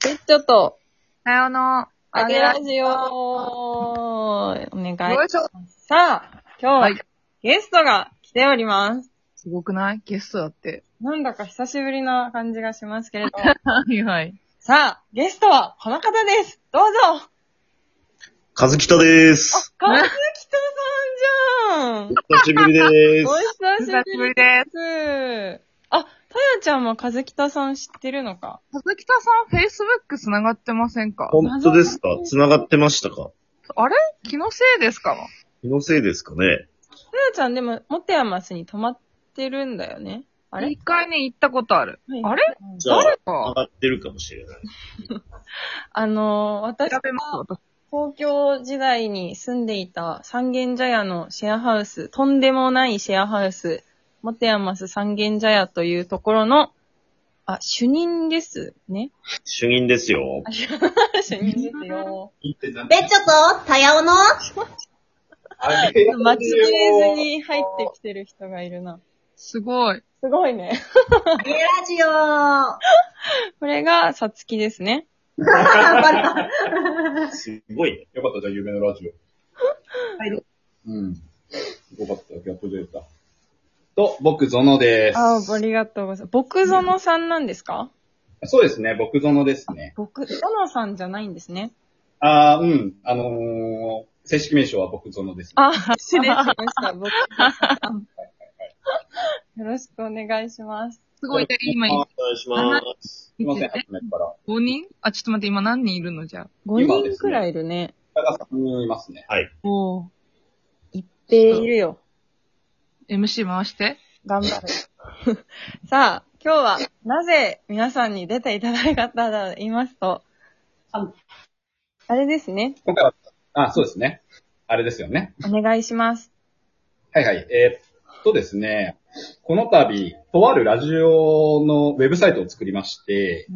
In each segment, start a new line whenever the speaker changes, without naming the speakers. てっちょと、
さよの、
あげラジオお願い。
よいしょ。
さあ、今日は
はい
ゲストが来ております。
すごくないゲストだって。
なんだか久しぶりな感じがしますけれど。
はいはい。
さあ、ゲストはこの方です。どうぞ
かずきとでーす。
かずきとさんじゃん
久しぶりでー
お
す。
久
久
し
し
ぶ
ぶ
り
り
で。
です
あ、たやちゃんもかずきとさん知ってるのか
す。鈴木田さん、Facebook 繋がってませんか
本当ですか繋がってましたか
あれ気のせいですか
気のせいですかね
たやちゃんでも、モテヤマスに泊まってるんだよね。あれ
一回ね、行ったことある。
はい
あれ
じゃあ、
誰か
上がってるかもしれない。
あのー、私
調
が
べます、私。
東京時代に住んでいた三軒茶屋のシェアハウス、とんでもないシェアハウス、モテヤマス三軒茶屋というところの、あ、主任ですね。
主任ですよ。
主任ですよ。
べっちょと、たやおの、
待ちきれずに入ってきてる人がいるな。
すごい。
すごいね。
あげラジオあ
これが、さつきですね。
バレた
すごいね。
よかった、じゃあ、夢のラジオ。
はい。
うん。よかった、ギャップ出た。と、僕、ゾノです。
あありがとうございます。僕ぞのさんなんですか
そうですね、僕、ゾノですね。
僕、ぞのさんじゃないんですね。
あー、うん。あのー、正式名称は僕、ゾノです、ね。
あ、失礼しま した。僕。よろしくお願いします。
すごい。で今、
お願いします。
すい ません、初めから。
5人あ、ちょっと待って、今何人いるのじゃあ。
5人くらいいるね。
ただ、3人いますね。
おー。
一平いるよ。
MC 回して。
頑張る。 さあ、今日はなぜ皆さんに出ていただいたかと言いますと、ああれですね。
今回は、あ、そうですね。あれですよね。
お願いします。
はいはい。えーっとですね、この度、とあるラジオのウェブサイトを作りまして、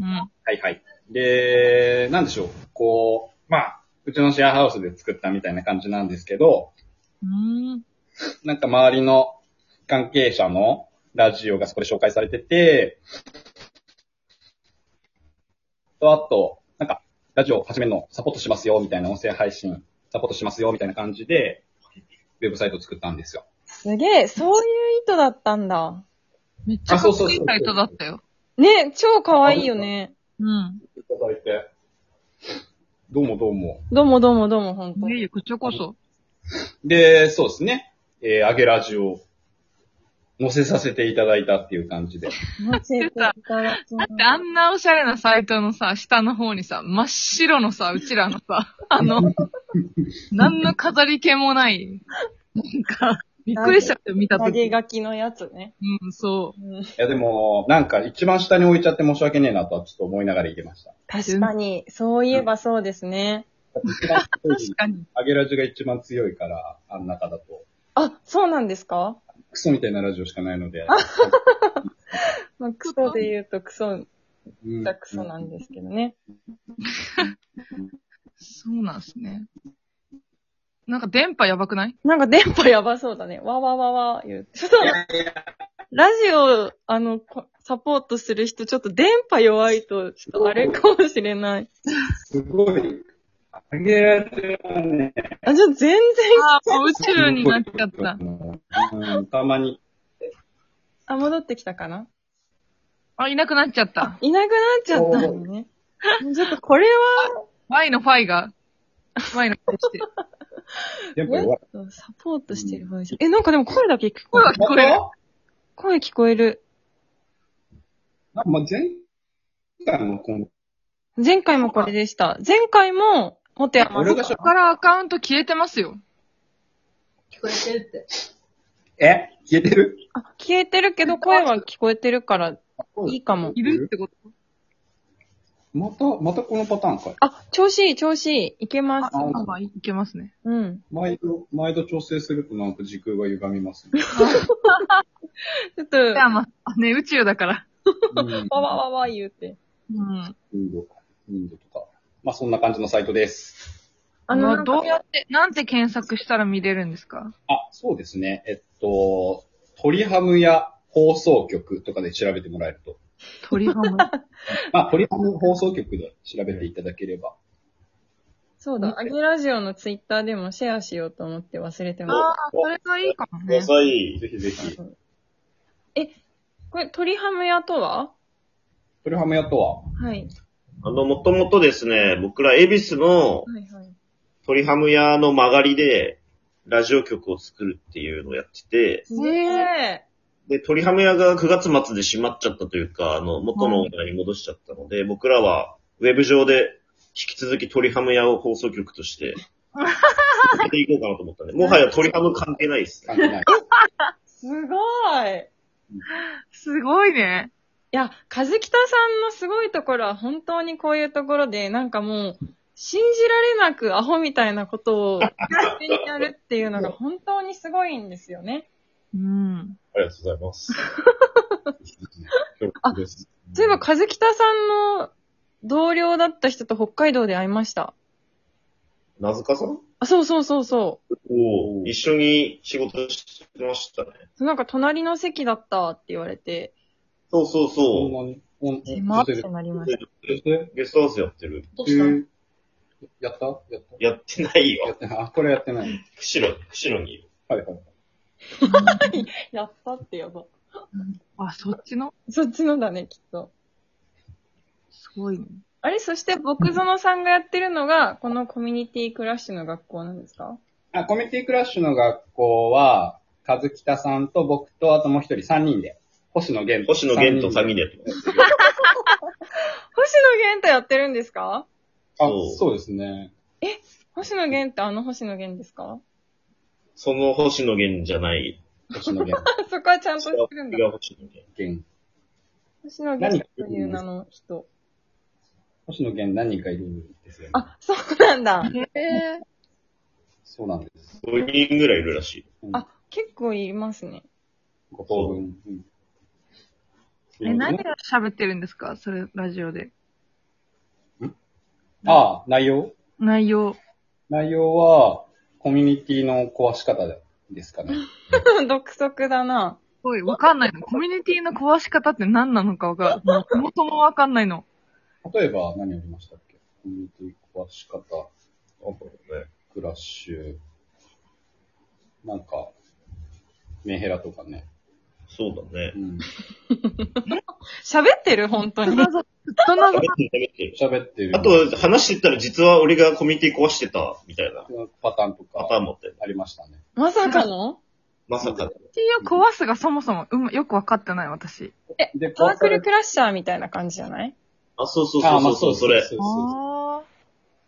うん。
はいはい。で、なんでしょう。こう、まあ、うちのシェアハウスで作ったみたいな感じなんですけど、
うーん。
なんか周りの関係者のラジオがそこで紹介されてて、と、あと、なんか、ラジオ始めるのサポートしますよ、みたいな音声配信、サポートしますよ、みたいな感じで、ウェブサイトを作ったんですよ。
すげえ、そういう意図だったんだ。
めっちゃ
あ
か
そ
っ
うそ
こ
う
いい
そう
サイトだったよ。
ね、超可愛いよね。
うん。
いただいて。どうもどうも。
どうもどうもどうも、本当
いえいえ、こちらこそ。
で、そうですね。えー、あげラジオ、載せさせていただいたっていう感じで。
教えていただきま
だ
す
ってあんなおしゃれなサイトのさ、下の方にさ、真っ白のさ、うちらのさ、あの、何の飾り気もない。なんか、びっくりしちゃったよ、見たと
投げ
き。
書きのやつね。
うん、そう。
うん
いや、でも、なんか一番下に置いちゃって申し訳ねえなとはちょっと思いながら言ってま した。
確かに、そういえばそうですね。
一番強い
確かに。
あげラジが一番強いから、あん中だと。
あ、そうなんですか
クソみたいなラジオしかないので。
まあ、クソで言うとクソ
うん
だクソなんですけどね。
そうなんですね。なんか電波やばくない
なんか電波やばそうだね。わわわわ言う。ちょっと、ラジオ、あの、こサポートする人、ちょっと電波弱いと、ちょっとあれかもしれない。
すごい。あげラジはね、
あ、じゃあ全然、
ああ、もう宇宙になっちゃった。
うん、たまに。
あ、戻ってきたかな
あ、いなくなっちゃった。
いなくなっちゃったの ね。ちょっとこれは、
Y のファイが、Y のファイして。
やっぱ弱い。
サポートしてる場合じゃ。え、なんかでも声だけ聞こえ
声は
る。
聞こえる。
声聞こえる。
あまあ、前回もこの、
前回もこれでした。前回も、モテヤマ
俺がし
ここからアカウント消えてますよ。
聞こえてるって。
え消えてる
あ、消えてるけど声は聞こえてるから、いいかも。
いるってこと
また、またこのパターンか。
あ、調子いい、調子いい。いけま
あ
す。
まあまあ、いけますね。
うん。
毎度、毎度調整するとなんか時空が歪みます ね。
ちょっと、
じゃあまあ、ね、宇宙だから。
うん
わわわわ言うて。
うん。
インド、インドとか。まあ、そんな感じのサイトです。
あ
あ
の、
の、どうやって、なんて検索したら見れるんですか
あ、そうですね。えっと、トリハムや放送局とかで調べてもらえると。
鳥ハム。
まあ、ポリハム放送局で調べていただければ。
そうだ、アゲラジオのツイッターでもシェアしようと思って忘れてま
ああ、それがいいかも
くだ
ね。
さい。
ぜひぜひ
す。。これ、鳥ハム屋とは
ポリハム屋とは、
はい。
あの、もともとですね、僕ら恵比寿の
はいはい。
鳥ハム屋の曲がりで、ラジオ局を作るっていうのをやってて、
すげえ。
で、鳥ハム屋が9月末で閉まっちゃったというか、あの、元のオーナーに戻しちゃったので、僕らは、ウェブ上で、引き続き鳥ハム屋を放送局として、やっていこうかなと思ったね。もはや鳥ハム関係ないですね。
関係ない。
すごい。
すごいね。
いや、和北さんのすごいところは本当にこういうところで、なんかもう、信じられなくアホみたいなことを勝手にやるっていうのが本当にすごいんですよね。
うん。
ありがとうござ います。
協力です
そういえば、和北さんの同僚だった人と北海道で会いました。
なずかさん
あ、そうそうそうそ
お一緒に仕事してましたね。
う。なんか隣の席だったって言われて、
そうそう
そん
そ
なにほん
え、まっ
ホテ
て
ル
なりました。
え
う。ゲストハウスやってる。
どうした
ーやったやった
やってない
や
よ
っ。てない。あ、これやってない。
釧路、釧路にいる。
はいはい。
やったってやば。
あ、そっちの
そっちのだね、きっと。
すごいね。
あれそして、僕園さんがやってるのが、このコミュニティクラッシュの学校なんですか
あ、コミュニティクラッシュの学校は、和北さんと僕と、あともう一人三人で、星野源
星野源と3人
で。
でやってます。
星野源太やってるんですか
あ
そう、
そうですね。
星野源ってあの星野源ですか
その星野源じゃない。
星野源。
そこはちゃんと
違
し
う
てるんだ。
違う星野源。
源
星野源という名の人。
星野源何人かいるんですよ、ね。
あ、そうなんだ。
ええ
そうなんです。
5人ぐらいいるらしい。
あ、結構いますね。
5等分。うん
え、何を喋ってるんですかそれ、ラジオで。
あ、内容
内容。
内容は、コミュニティの壊し方です かね。
独特だな。
すごい、わかんないの。コミュニティの壊し方って何なのかわかんない。そもそもわかんないの。
例えば何ありましたっけコミュニティ壊し方、
なんだろうね。
クラッシュ、なんか、メンヘラとかね。
そうだね
う。ん。
喋ってる本当に。
ずっと謎
食べてる食べてる
喋ってる
あと、話してたら実は俺がコミュニティ壊してた、みたいな
パターンと
パターン
か
持ってる。
ありましたね。
まさかの
まさか。
を壊すがそもそも、うん、よくわかってない、私。
で、
サークル
ク
クラッシャーみたいな感じじゃない
あ、そうそうそうそうそう、それ。
そうそう
あ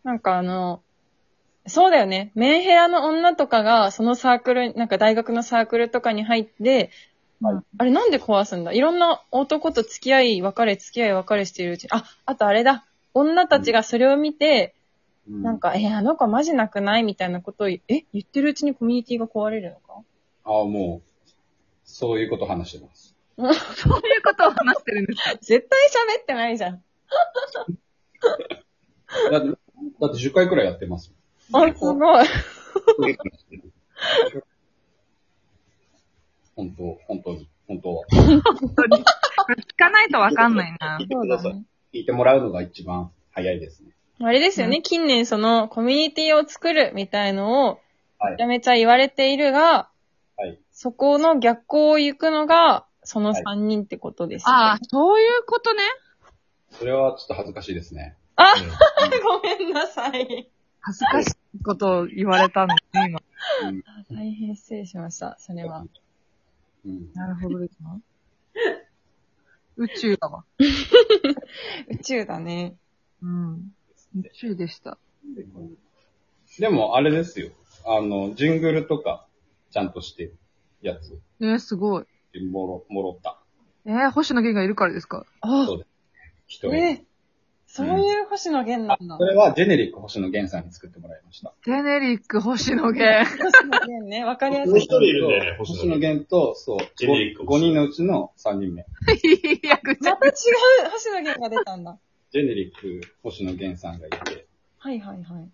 なんかあの、そうだよね。メンヘラの女とかが、そのサークル、なんか大学のサークルとかに入って、
はい
あれなんで壊すんだいろんな男と付き合い、別れ、付き合い、別れしているうちに、あ、あとあれだ。女たちがそれを見て、
うん
なんか、えーあの子マジなくないみたいなことを、え、言ってるうちにコミュニティが壊れるのか
ああ、もう、そういうこと話してます。
あ、そういうことを話してるんですか
絶対喋ってないじゃん。
だって、だって10回くらいやってます。
あ、すごい。
本当、本当に、本当は。
本当に。聞かないとわかんない な。
聞いてください。
聞いてもらうのが一番早いですね。
あれですよね、近年そのコミュニティを作るみたいのを、
はい
めちゃめちゃ言われているが、
はい
そこの逆行を行くのが、その
はい
3人ってことです、
ああ、そういうことね。
それはちょっと恥ずかしいですね。
あ、ごめんなさい。
恥ずかしいことを言われたんですね、今。
大変失礼しました、それは。
うん。
なるほどですな。宇宙だわ。
宇宙だね。
うん。宇宙でした。
でも、あれですよ。あの、ジングルとか、ちゃんとしてるやつ、
えー、すごい。
もろ、もろった。
えー、星野源がいるからですか
あ
そう人
え
へ。
そういう星野源なんだ
そ。れは、ジェネリック星野源さんに作ってもらいました。
ジェネリック星野 源。
星野源ね、わかりや
も
す
う
い
一。人いるね、
星
星
野
野源。
源と、そう、
ジェネリック
5人のうちの3人目。
いや、ぐち
ま
ゃ。
た違う星野源が出たんだ。
ジェネリック星野源さんがいて、
はいはいはい。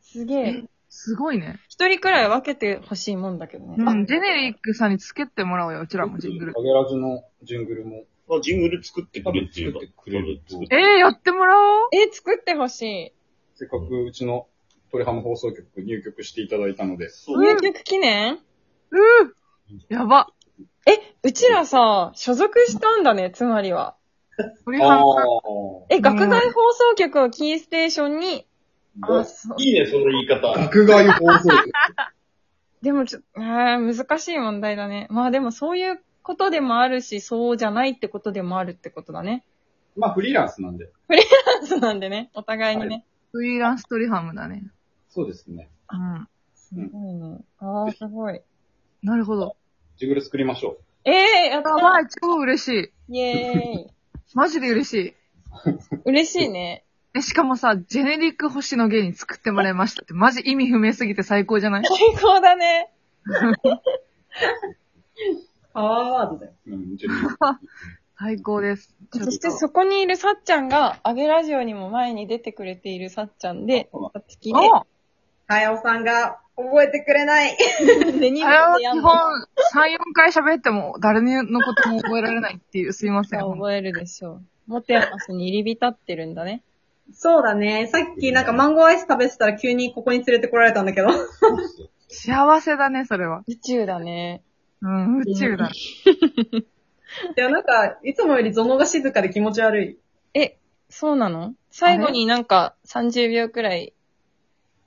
すげえ。
すごいね。
一人くらい分けてほしいもんだけどね。
うん、ジェネリックさんにつけてもらおうよ、うちらもジングル。
アゲラジのジングルも、
まあ、ジングル作ってくれっていうか
作ってくれると
作って
えー、やってもらおう
え、作ってほし
せっかくうちの鳥ハム放送局入局していただいたので、
い。
そう
入局記念
うーやば。
え、うちらさ、所属したんだね、つまりは。
鳥ハ
あ
ムさん。
あ。
え、学外放送局をキーステーションに、あ、そう。
いいね、その言い方。
学外放送局。
でもちょ、あー難しい問題だね。まあでもそういうことでもあるし、そうじゃないってことでもあるってことだね。
まあフリーランスなんで。
そうなんでね、お互いにね。
フリーランス鳥ハムだね。
そうですね。
うん。
すごいね。ああ、すごい。
なるほど。
ジングル作りましょ
ええやっ
や
た
ばい、超嬉しい。
イェーイ。
マジで嬉しい。
嬉しいね。
え、しかもさ、ジェネリック星の芸に作ってもらいましたって、マジ意味不明すぎて最高じゃない
最高だね。
パワーワードだよ。
う。うん、ジン
最高です。ちょっ
そして
と。
そこにいるさっちゃんが、あげラジオにも前に出てくれているさっちゃんで、
そうなの
さつき
お
はやおさんが覚えてくれない。
で、 で、2
あれは
秒で
基
やん
本
の
3、4回喋っても誰のことも覚えられないっていう、すいません。本当に
覚えるでしょう。モテアマスに入り浸ってるんだね。
そうだね。さっきなんかマンゴーアイス食べてたら急にここに連れてこられたんだけど。
幸せだね、それは。
宇宙だね。
うん、宇宙だ。
でもなんか、いつもよりゾノが静かで気持ち悪い。
え、そうなの最後になんか30秒くらい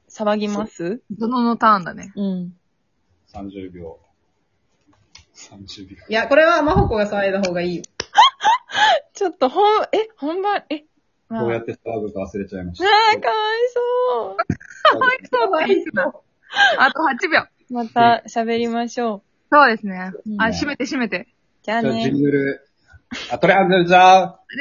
騒ぎます
ゾノのターンだね。
うん。
30秒。30秒。
いや、これはマホコが騒いだ方がいいよ。
ちょっとほん、え、本番、え、まあ、
こうや
あ
って騒ぐか忘れちゃいまし
ー
た。
かわいそう。
かわいそう。
あと8秒。
また喋りましょう。
そうですね
う。ん
あ、閉めて閉めて。
じゃあ
じゃあ
ね
ジ。ングル。あ、とりあえずじゃあ、
じゃあ